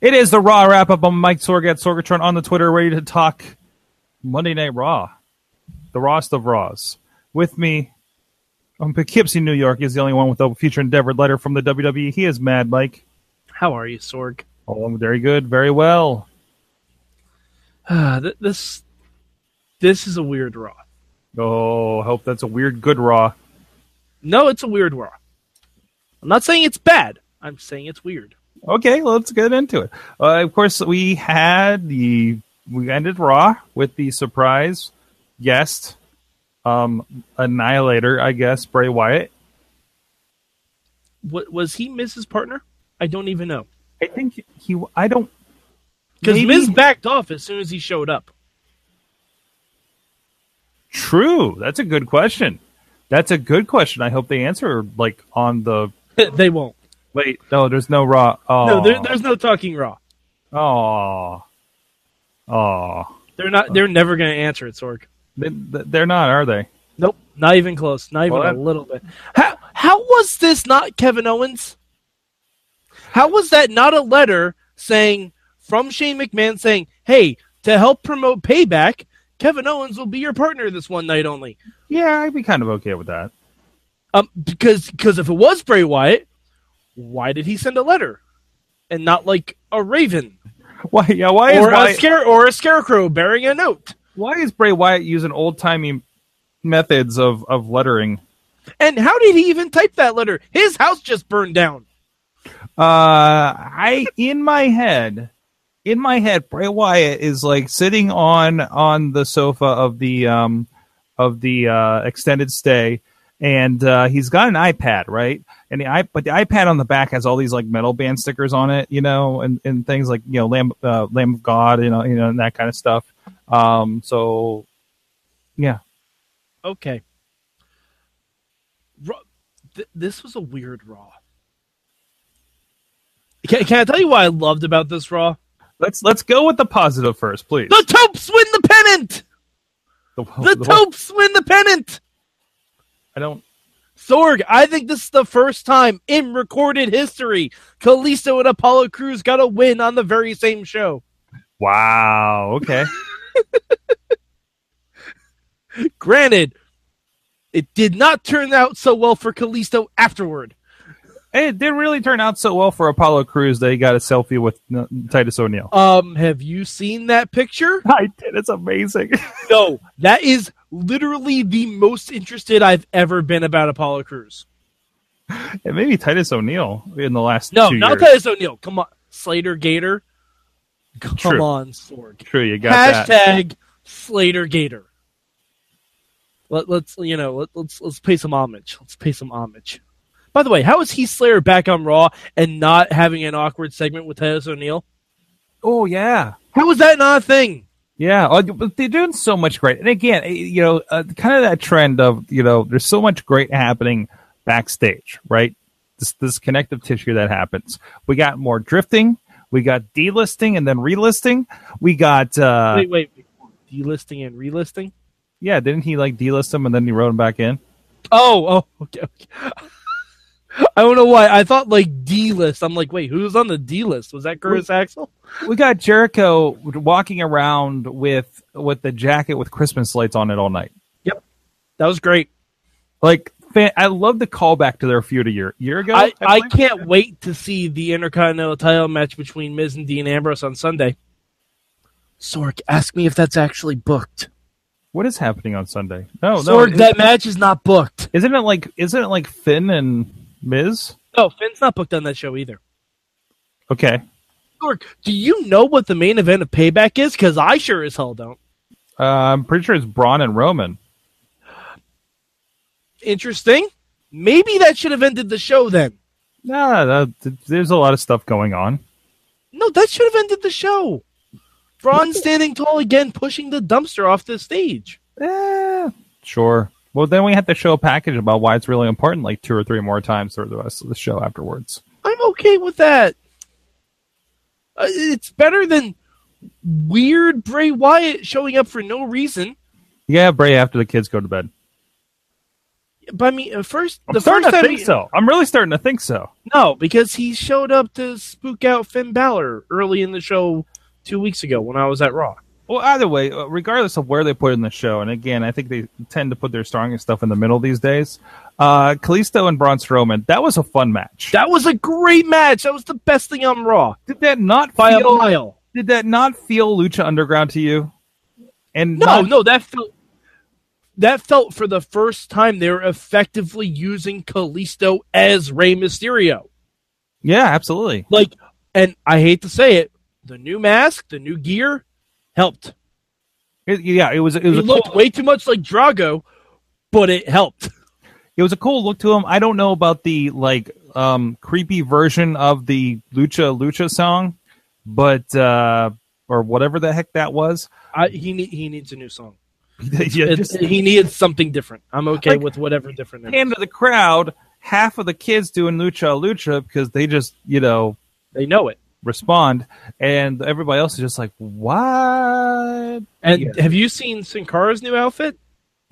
It is the Raw wrap up. I'm Mike Sorg at Sorgatron on the Twitter, ready to talk Monday Night Raw, the rawest of Raws. With me on Poughkeepsie, New York, is the only one with a future endeavor letter from the WWE. He is Mad Mike. How are you, Sorg? Oh, I'm very good, very well. Uh, th- this this is a weird Raw. Oh, I hope that's a weird good Raw. No, it's a weird Raw. I'm not saying it's bad. I'm saying it's weird. Okay, let's get into it. Uh, of course, we had the we ended Raw with the surprise guest, um, Annihilator, I guess Bray Wyatt. What was he Miz's partner? I don't even know I think he. I don't because Maybe- Miz backed off as soon as he showed up. True. That's a good question. That's a good question. I hope they answer like on the they won't. wait. No, there's no raw. Oh, No, there, there's no talking Raw. oh, oh. They're not. They're never going to answer it, Sorg. They, they're not, are they? Nope, not even close. Not even Well, a that- little bit. How how was this not Kevin Owens? How was that not a letter saying from Shane McMahon saying, "Hey, to help promote payback, Kevin Owens will be your partner this one night only." Yeah, I'd be kind of okay with that. Um, because because if it was Bray Wyatt, why did he send a letter and not like a raven Why? Yeah. Why is or a Wyatt, scare or a scarecrow bearing a note? why is Bray Wyatt using old timey methods of of lettering? And how did he even type that letter? His house just burned down. Uh, I in my head, in my head, Bray Wyatt is like sitting on on the sofa of the um of the uh, extended stay, and uh, he's got an iPad, right? And the i but the iPad on the back has all these like metal band stickers on it, you know, and, and things like you know Lamb uh, Lamb of God, you know, you know, and that kind of stuff. Um, so yeah, Okay. Raw, th- this was a weird Raw. Can, can I tell you what I loved about this Raw? let's let's go with the positive first, please. The Topes win the pennant! The, The Oh, the whole- Topes win the pennant! I don't. Sorg, I think this is the first time in recorded history Kalisto and Apollo Crews got a win on the very same show. Wow. Okay. Granted, it did not turn out so well for Kalisto afterward. it didn't really turn out so well for Apollo Crews that he got a selfie with uh, Titus O'Neil. Um, have you seen that picture? I did. It's amazing. No, that is literally the most interested I've ever been about Apollo Crews. and maybe Titus O'Neil in the last No, two not years. Titus O'Neil. Come on, Slater Gator. Come True. on, Sorg. True, you got that. Hashtag Slater Gator. Let, let's you know let, let's let's pay some homage. Let's pay some homage. By the way, how is he Slayer back on Raw and not having an awkward segment with Titus O'Neil? Oh yeah, How is that not a thing? yeah. Oh, but they're doing so much great. And again, eh, you know, uh, kind of that trend of you know, there's so much great happening backstage, right? This this connective tissue that happens. We got more drifting. We got delisting and then relisting. We got uh wait, wait, wait. Delisting and relisting. yeah. Didn't he like delist him and then he wrote him back in? Oh, oh, okay. okay. I don't know why. I thought like D list. I'm like, wait, who's on the D list? Was that Curtis Axel? we got Jericho walking around with with the jacket with Christmas lights on it all night. That was great. Like, fan, I love the callback to their feud a year year ago. I, I believe. can't wait to see the Intercontinental title match between Miz and Dean Ambrose on Sunday. Sork, ask me if that's actually booked. What is happening on Sunday? No, no. Sork, Is, that match Oh, is not booked. isn't it like isn't it like Finn and Miz? No, Finn's not booked on that show either. Okay. Sork, do you know what the main event of Payback is? Because I sure as hell don't. Uh, I'm pretty sure it's Braun and Roman. Interesting. Maybe that should have ended the show then. Nah, that- th- there's a lot of stuff going on. No, that should have ended the show. Braun standing tall again, pushing the dumpster off the stage. Eh, sure. Well, then we have to show a package about why it's really important, like two or three more times through the rest of the show afterwards. I'm okay with that. Uh, It's better than weird Bray Wyatt showing up for no reason. Yeah, Bray after the kids go to bed. But I mean, at first I'm the starting first to time think he- so. I'm really starting to think so. No, because he showed up to spook out Finn Balor early in the show two weeks ago when I was at Raw. Well, either way, uh, regardless of where they put it in the show, and again, I think they tend to put their strongest stuff in the middle these days. Uh, Kalisto and Braun Strowman, that was a fun match. That was a great match. That was the best thing on Raw did that not by a feel? mile. Did that not feel Lucha Underground to you? And No, not- no, that felt that felt for the first time they were effectively using Kalisto as Rey Mysterio. yeah, absolutely. Like, and I hate to say it, the new mask, the new gear helped. It- yeah, it was it He was a cool, looked way too much like Drago, but it helped. it was a cool look to him. I don't know about the like um creepy version of the Lucha Lucha song, but uh or whatever the heck that was. I, he ne- he needs a new song. yeah, It- just- he needs something different. I'm okay Like- with whatever different. it is. hand of the crowd, half of the kids doing lucha lucha because they just you know They know it. respond, and everybody else is just like, "What?" And Yeah. have you seen Sin Cara's new outfit?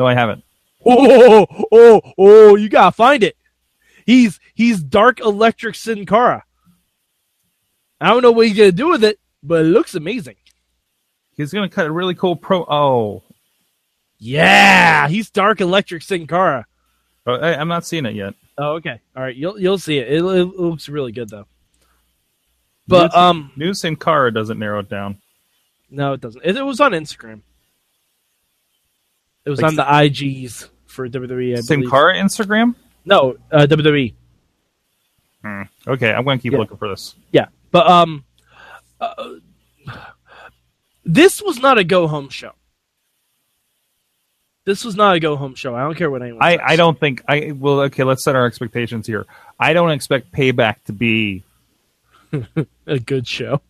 No, I haven't. Oh, oh, oh, oh, you gotta find it. He's he's dark electric Sin Cara. I don't know what he's gonna do with it, but it looks amazing. He's gonna cut a really cool pro. Oh, Yeah, he's dark electric Sin Cara. Oh, I, I'm not seeing it yet. Oh, okay. All right, you'll you'll see it. It, it looks really good though. But New- um, New Sin Cara doesn't narrow it down. no, it doesn't. It, it was on Instagram. It was Like on the IGs for WWE. I Sin believe. Cara Instagram. No, uh, WWE. Okay, I'm gonna keep Yeah. looking for this. Yeah, but um, uh, this was not a go home show. This was not a go home show. I don't care what anyone. I, says. I don't think I well okay. Let's set our expectations here. I don't expect payback to be a good show.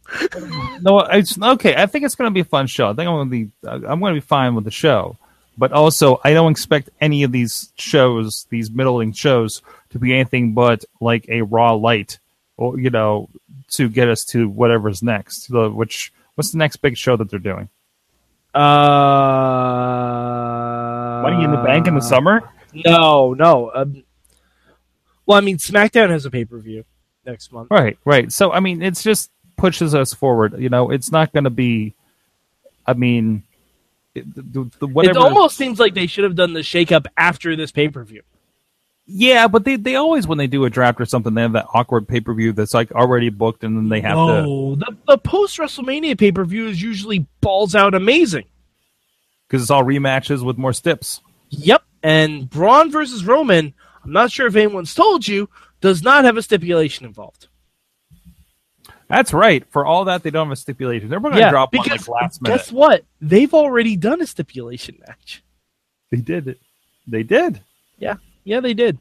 No, it's okay. I think it's going to be a fun show. I think I'm going to be I'm going to be fine with the show, but also I don't expect any of these shows, these middling shows, to be anything but like a raw light, or you know, to get us to whatever's next. The, which what's the next big show that they're doing? Uh, Money in the Bank in the summer. No, no. Um, well, I mean, SmackDown has a pay per view next month. Right, right. So I mean, it's just pushes us forward. You know, it's not going to be. I mean, it, the, the, whatever. It almost seems like they should have done the shakeup after this pay per view. Yeah, but they, they always when they do a draft or something, they have that awkward pay per view that's like already booked, and then they have to No, Oh, the, the post WrestleMania pay per view is usually balls out amazing. because it's all rematches with more stips. Yep. And Braun versus Roman, I'm not sure if anyone's told you, does not have a stipulation involved. That's right. For all that, they don't have a stipulation. They're going to drop one like last minute. guess what? They've already done a stipulation match. They did it. They did. Yeah, they did.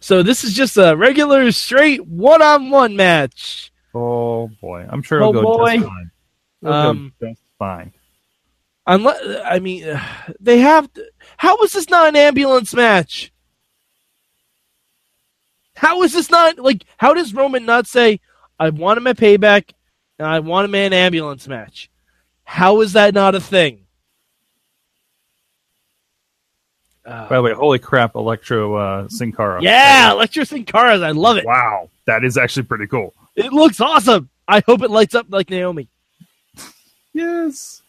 So this is just a regular, straight one-on-one match. Oh boy, I'm sure it'll Oh, go boy. just fine. It'll Um, go just fine. Unless, I mean, they have. To, how is this not an ambulance match? How is this not like? How does Roman not say, "I want him a payback, and I want him an ambulance match"? How is that not a thing? By Uh, the way, holy crap, Electro uh, Sin Cara. yeah, Electric Sin Caras, I love it. Wow, that is actually pretty cool. It looks awesome. I hope it lights up like Naomi. Yes.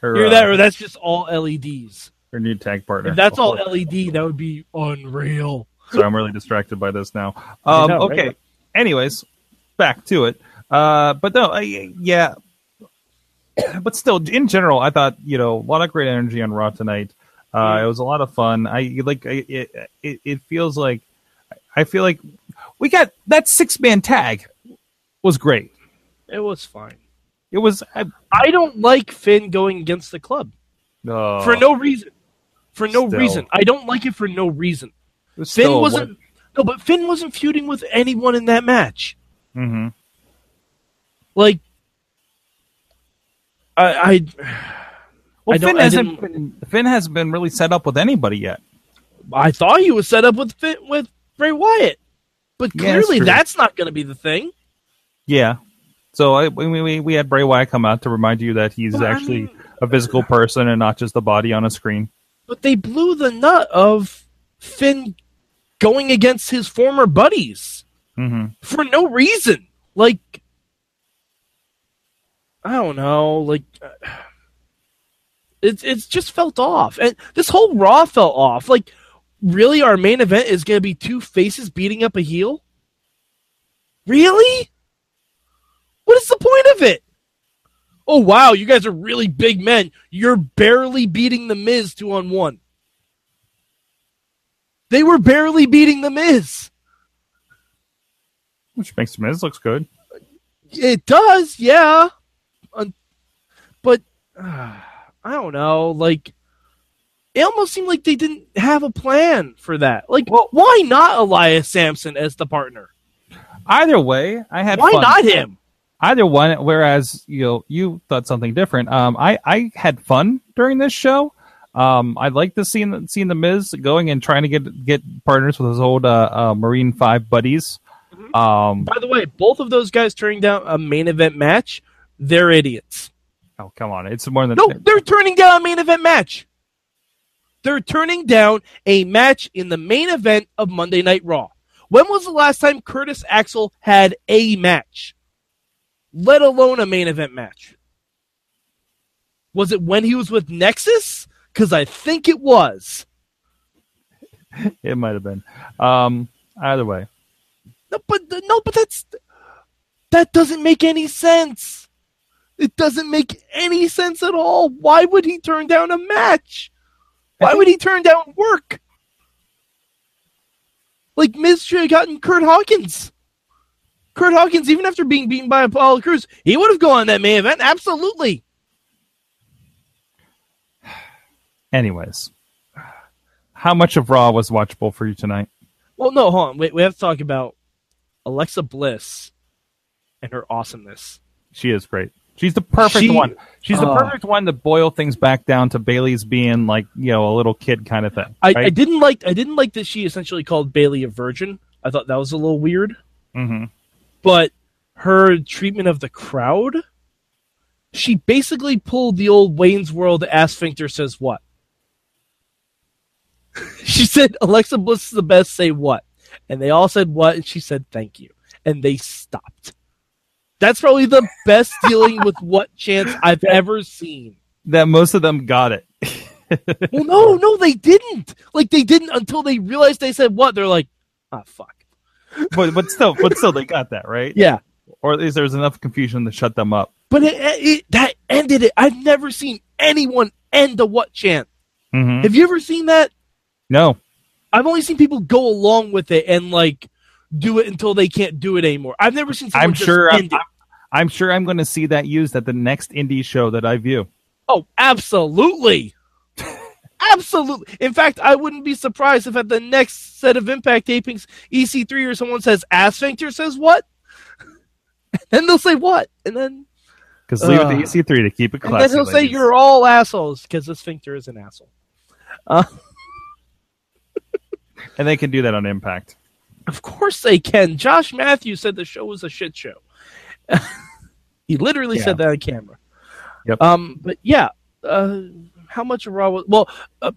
Her, Hear uh, that? Or that's just all LEDs. her new tag partner. If that's all Oh, LED, that would be unreal. So I'm really distracted by this now. I Um, know, right? okay. Anyways, back to it. Uh, but no, I, yeah. but still, in general, I thought you know a lot of great energy on Raw tonight. Uh, It was a lot of fun. I like I- it. It, it feels like I feel like we got that six man tag was great. It was fine. It was I, I don't like Finn going against the club uh, for no reason. For no Still. reason. I don't like it for no reason. it was Finn still a wasn't No, but Finn wasn't feuding with anyone in that match. one- Mm-hmm. Mhm. Like I, I Well, I don't- Finn I hasn't been, Finn hasn't been really set up with anybody yet. I thought he was set up with Finn, with Bray Wyatt. But Yeah, that's clearly true. that's not going to be the thing. Yeah. So I, we, we we had Bray Wyatt come out to remind you that he's Well, I actually mean- a physical person and not just a body on a screen. But they blew the nut of Finn going against his former buddies hmm for no reason. Like, I don't know. Like, uh, it's it's just felt off, and this whole Raw felt off. Like, really, our main event is going to be two faces beating up a heel. Really? What is the point of it? Oh wow, you guys are really big men. You're barely beating the Miz two on one. They were barely beating the Miz. Which makes Miz looks good. It does, yeah. Un- but uh, I don't know. Like, it almost seemed like they didn't have a plan for that. Like, why not Elias Sampson as the partner? Either way, I had Why fun. not him? Either one. Whereas you know, you thought something different. Um, I I had fun during this show. Um, I like to seeing seeing the Miz going and trying to get get partners with his old uh, uh Marine Five buddies. Mhm. Um, By the way, both of those guys turning down a main event match, they're idiots. oh come on, it's more than No, they're turning down a main event match. They're turning down a match in the main event of Monday Night Raw. When was the last time Curtis Axel had a match? Let alone a main event match. Was it when he was with Nexus? Because I think it was. it might have been. Um, either way, No, but no, but that's that doesn't make any sense. It doesn't make any sense at all. Why would he turn down a match? Why would he turn down work? Like Miz should have gotten Kurt Hawkins. Kurt Hawkins, even after being beaten by Apollo Cruz, he would have gone on that main event. Absolutely. anyways, how much of Raw was watchable for you tonight? Well, no, hold on. Wait, we have to talk about Alexa Bliss and her awesomeness. She is great. She's the perfect She- one. She's the Oh. perfect one to boil things back down to Bailey's being like you know a little kid kind of thing. I, I right? didn't like I didn't like that she essentially called Bailey a virgin. I thought that was a little weird. Mhm. But her treatment of the crowd, she basically pulled the old Wayne's World ass sphincter says what? she said Alexa Bliss is the best, say what? And they all said what and she said thank you. And they stopped. That's probably the best dealing with what chance I've ever seen. That most of them got it. Well, no, no, they didn't. Like they didn't until they realized they said what. They're like, ah, fuck. but but still but still they got that right Yeah, or at least there's enough confusion to shut them up but it, it that ended it. I've never seen anyone end a what chant. mm-hmm. Have you ever seen that? no I've only seen people go along with it and like do it until they can't do it anymore. I've never seen. Someone i'm just sure I'm, end it. I'm sure i'm going to see that used at the next indie show that i view Oh, absolutely. absolutely. In fact, I wouldn't be surprised if at the next set of Impact tapings, EC3 or someone says, Asphincter says what? and they'll say what? And then, because leave Ugh. it to ec3 to keep it and then classy he'll say, ladies. You're all assholes because the sphincter is an asshole. and they can do that on impact Of course they can. Josh Matthews said the show was a shit show. he literally Yeah. said that on camera. Yep. Um, but yeah, uh, how much of Raw was? Well, uh,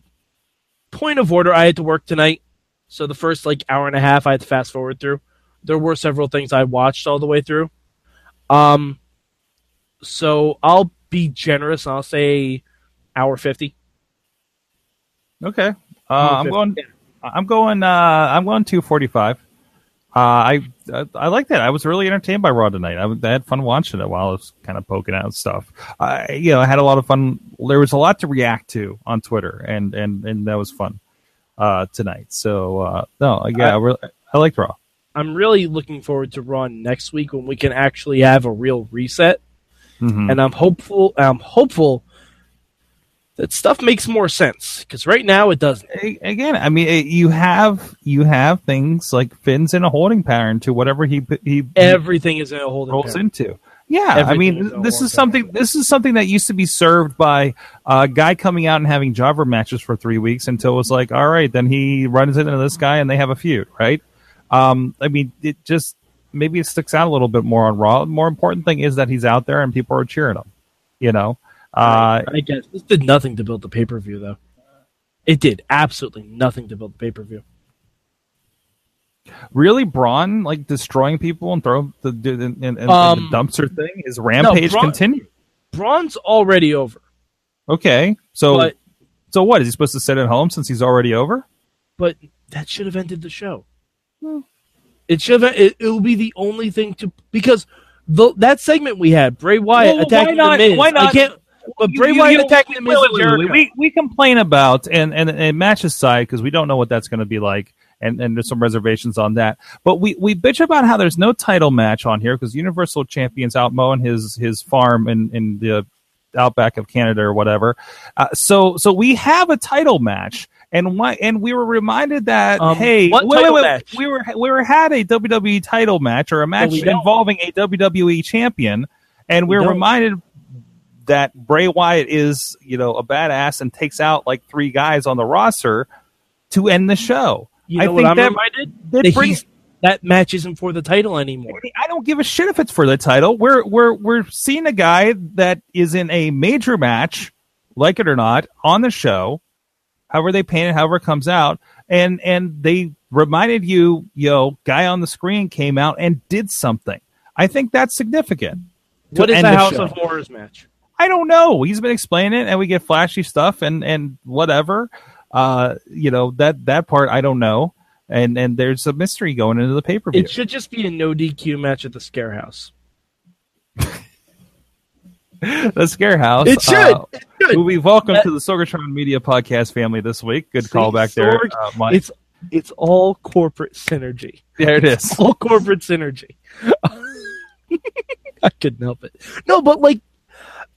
point of order, I had to work tonight, so the first like hour and a half I had to fast forward through. There were several things I watched all the way through. Um, so I'll be generous. and I'll say hour fifty. okay uh, i'm Okay. going i'm going uh i'm going 245 uh, I, I I like that. I was really entertained by Raw tonight. I, was- I had fun watching it while I was kind of poking out stuff. I you know I had a lot of fun. There was a lot to react to on Twitter, and and and that was fun uh, tonight. So uh, no, yeah, I, really, I liked Raw. I'm really looking forward to Raw next week when we can actually have a real reset. Mhm. and I'm hopeful. I'm hopeful that stuff makes more sense because right now it doesn't. A- Again, I mean, it- you have you have things like Finn's in a holding pattern to whatever he p- he, he Everything is in a holding rolls pattern. into. Yeah, I Everything is mean, a this holding is something. This is something that used to be served by a guy coming out and having jobber matches for three weeks until it was like, all right, then he runs into this guy and they have a feud, right? Um, I mean, it just maybe it sticks out a little bit more on Raw. More important thing is that he's out there and people are cheering him. You know, uh, I guess this did nothing to build the pay per view though. It did absolutely nothing to build the pay per view. Really, Braun like destroying people and throw the in, in, in, in Um, the dumpster thing. His rampage Braun- continues. Braun's already over, Okay, so but so what is he supposed to sit at home since he's already over? but that should have ended the show. It should have. It, it will be the only thing to because the that segment we had Bray Wyatt Well, why attacking not- the Miz. why I not- can't. But Bray You- you- Wyatt you- attacking the Miz wait, and wait, wait, Jericho. We we complain about and and and matches side because we don't know what that's going to be like, and and there's some reservations on that. But we we bitch about how there's no title match on here because Universal Champions out mowing his his farm in in the outback of Canada or whatever. Uh, so so we have a title match. And why? And we were reminded that Um, hey, what wait, wait, title wait, match? we were we were had a WWE title match or a match we don't. involving a WWE champion, and We we're don't. reminded that Bray Wyatt is, you know, a badass and takes out like three guys on the roster to end the show. You I know what think I'm that- reminded? That That, brings- he's- that match isn't for the title anymore. I don't give a shit if it's for the title. We're we're we're seeing a guy that is in a major match, like it or not, on the show. However they paint it, however it comes out, and and they reminded you, you know, guy on the screen came out and did something. I think that's significant. to What is end the the House show. of Horrors match? I don't know. He's been explaining it, and we get flashy stuff and and whatever. Uh, you know that that part I don't know, and and there's a mystery going into the pay per view. It should just be a no DQ match at the Scare House. the scare house. It should. Uh, it should. we welcome That- to the Sorgatron Media Podcast family this week. Good See, call back there, Sorg- uh, Mike. It's it's all corporate synergy. there it is. All corporate synergy. I couldn't help it. No, but like,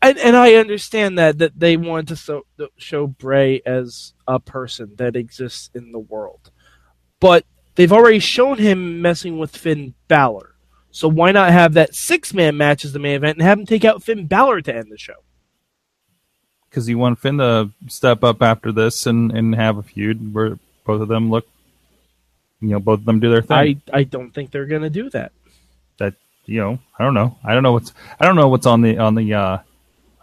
and and I understand that that they wanted to so, show Bray as a person that exists in the world, but they've already shown him messing with Finn Balor. So why not have that six man match as the main event and have him take out Finn Balor to end the show? Because you want Finn to step up after this and and have a feud where both of them look, you know, both of them do their thing. I, I don't think they're gonna do that. that you know i don't know i don't know what's i don't know what's on the on the uh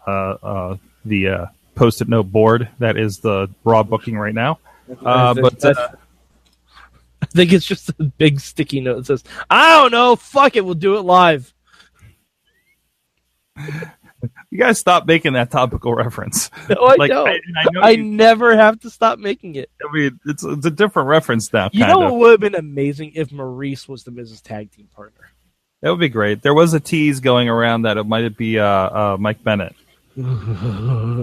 uh uh the uh post-it note board that is the raw booking right now Uh, but, uh, I think it's just a big sticky note that says, "I don't know, fuck it, we'll do it live." you guys stop making that topical reference No, Oh, I don't. I, I, know you- never have to stop making it. I mean it's, it's a different reference now You kind know of what would have been amazing if Maurice was the Mrs. Tag Team partner. that would be great there was a tease going around that it might be uh uh mike bennett oh,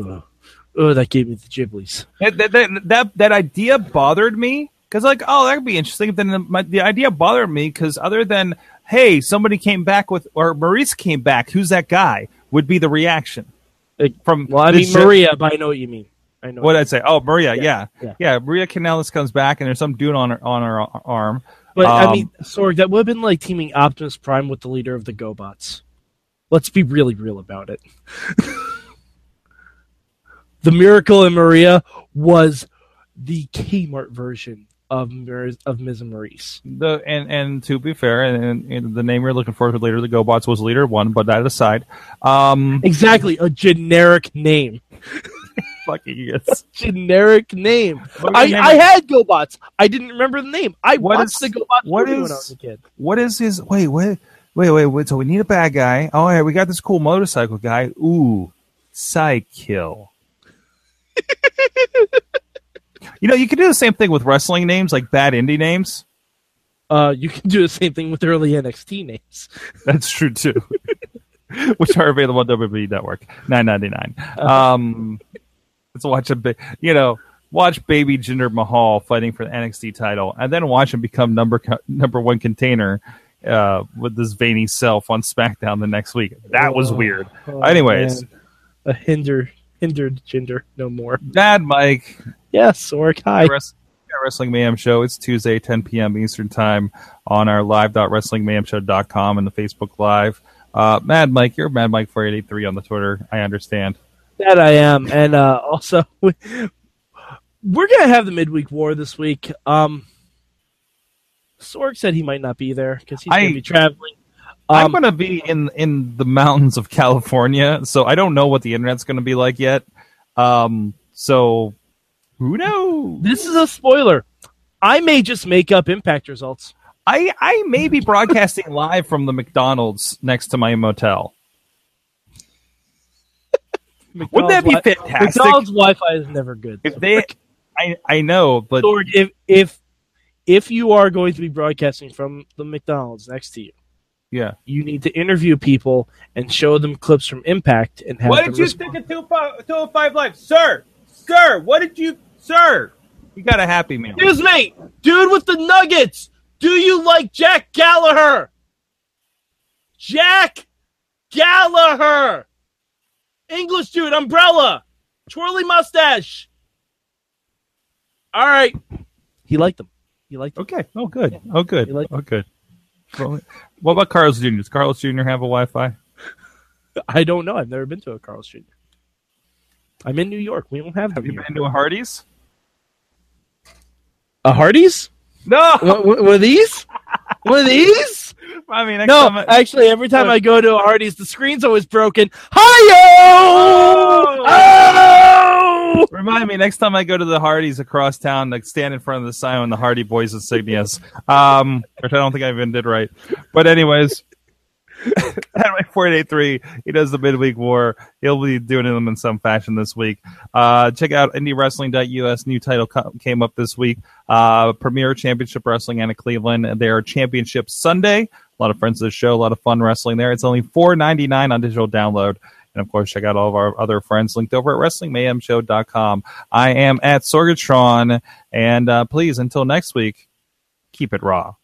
that gave me the Ghiblies. that that that, that, that idea bothered me because like oh that would be interesting then the, my, the idea bothered me because other than hey somebody came back with or maurice came back who's that guy would be the reaction Like, from Well, I the mean gen- Maria, but I know what you mean. I know. what i'd say oh maria yeah yeah, yeah. maria canales comes back and there's some dude on her on her ar- arm But I Um, mean, Sorg, that would have been like teaming Optimus Prime with the leader of the GoBots. Let's be really real about it. the Miracle in Maria was the Kmart version of Mir- of Ms. and Maurice. the and and to be fair and, and, and the name we are looking for later the gobots was leader one but that aside um Exactly, a generic name. fucking yes Generic name. What I, is the name I of- had GoBots. I didn't remember the name. I What watched is- the GoBots what movie is- when I was a kid. what is his wait wait wait wait wait so we need a bad guy oh yeah we got this cool motorcycle guy ooh psychill you know you could do the same thing with wrestling names like bad indie names Uh, you can do the same thing with early NXT names. that's true too which are available on WWE network 9.99 um let's watch a bit you know watch baby jinder mahal fighting for the NXT title and then watch him become number co- number 1 container uh, with this veiny self on SmackDown the next week. That was Oh. weird. Oh, Anyways. man. a hinder hindered gender no more. Dad Mike, Yes, Sork. Hi. Wrest- Wrestling Mayhem Show. It's Tuesday, 10 p.m. Eastern Time on our live.wrestlingmayhemshow.com and the Facebook Live. Uh, Mad Mike, you're Mad Mike 483 on the Twitter. I understand. That I am, and uh, also we- we're gonna have the midweek war this week. Um, Sork said he might not be there because he's I- gonna be traveling. I'm Um, going to be in in the mountains of California, so I don't know what the internet's going to be like yet. Um, so who knows? this is a spoiler. I may just make up impact results. I I may be broadcasting live from the McDonald's next to my motel. Wouldn't that be McDonald's Wi- fantastic? McDonald's Wi-Fi is never good. If so- they, I I know, but Lord, if if if you are going to be broadcasting from the McDonald's next to you, yeah. you need to interview people and show them clips from Impact and have What them did you respond. think of 205 Live, sir? Sir, what did you, sir? You got a happy meal. Excuse me, dude with the nuggets. Do you like Jack Gallagher? Jack Gallagher. English dude, umbrella, twirly mustache. All right. He liked them. He liked them. Okay. Oh, good. Oh, good. You like- Oh, good. Well, What about Carl's Jr.? Does Carl's Jr. have a Wi-Fi? I don't know. I've never been to a Carl Street. I'm in New York. We don't have, Have them you here. been to a Hardee's? a Hardee's. No. What, what, what are these? What are these? I mean, next No, time I- actually, every time I go to a Hardee's, the screen's always broken. Hi-yo! Oh! Remind me next time I go to the Hardee's across town, like stand in front of the sign on the Hardy Boys insignias. Um, which I don't think I even did right. But anyways, anyway, four eight three. He does the midweek war. He'll be doing them in some fashion this week. Uh, check out indiewrestling.us. New title co- came up this week. Uh, Premier Championship Wrestling out of Cleveland. Their championship Sunday. A lot of friends of the show. A lot of fun wrestling there. It's only four ninety nine on digital download. And of course, check out all of our other friends linked over at WrestlingMayhemShow.com. I am at Sorgatron. And uh, please, until next week, keep it raw.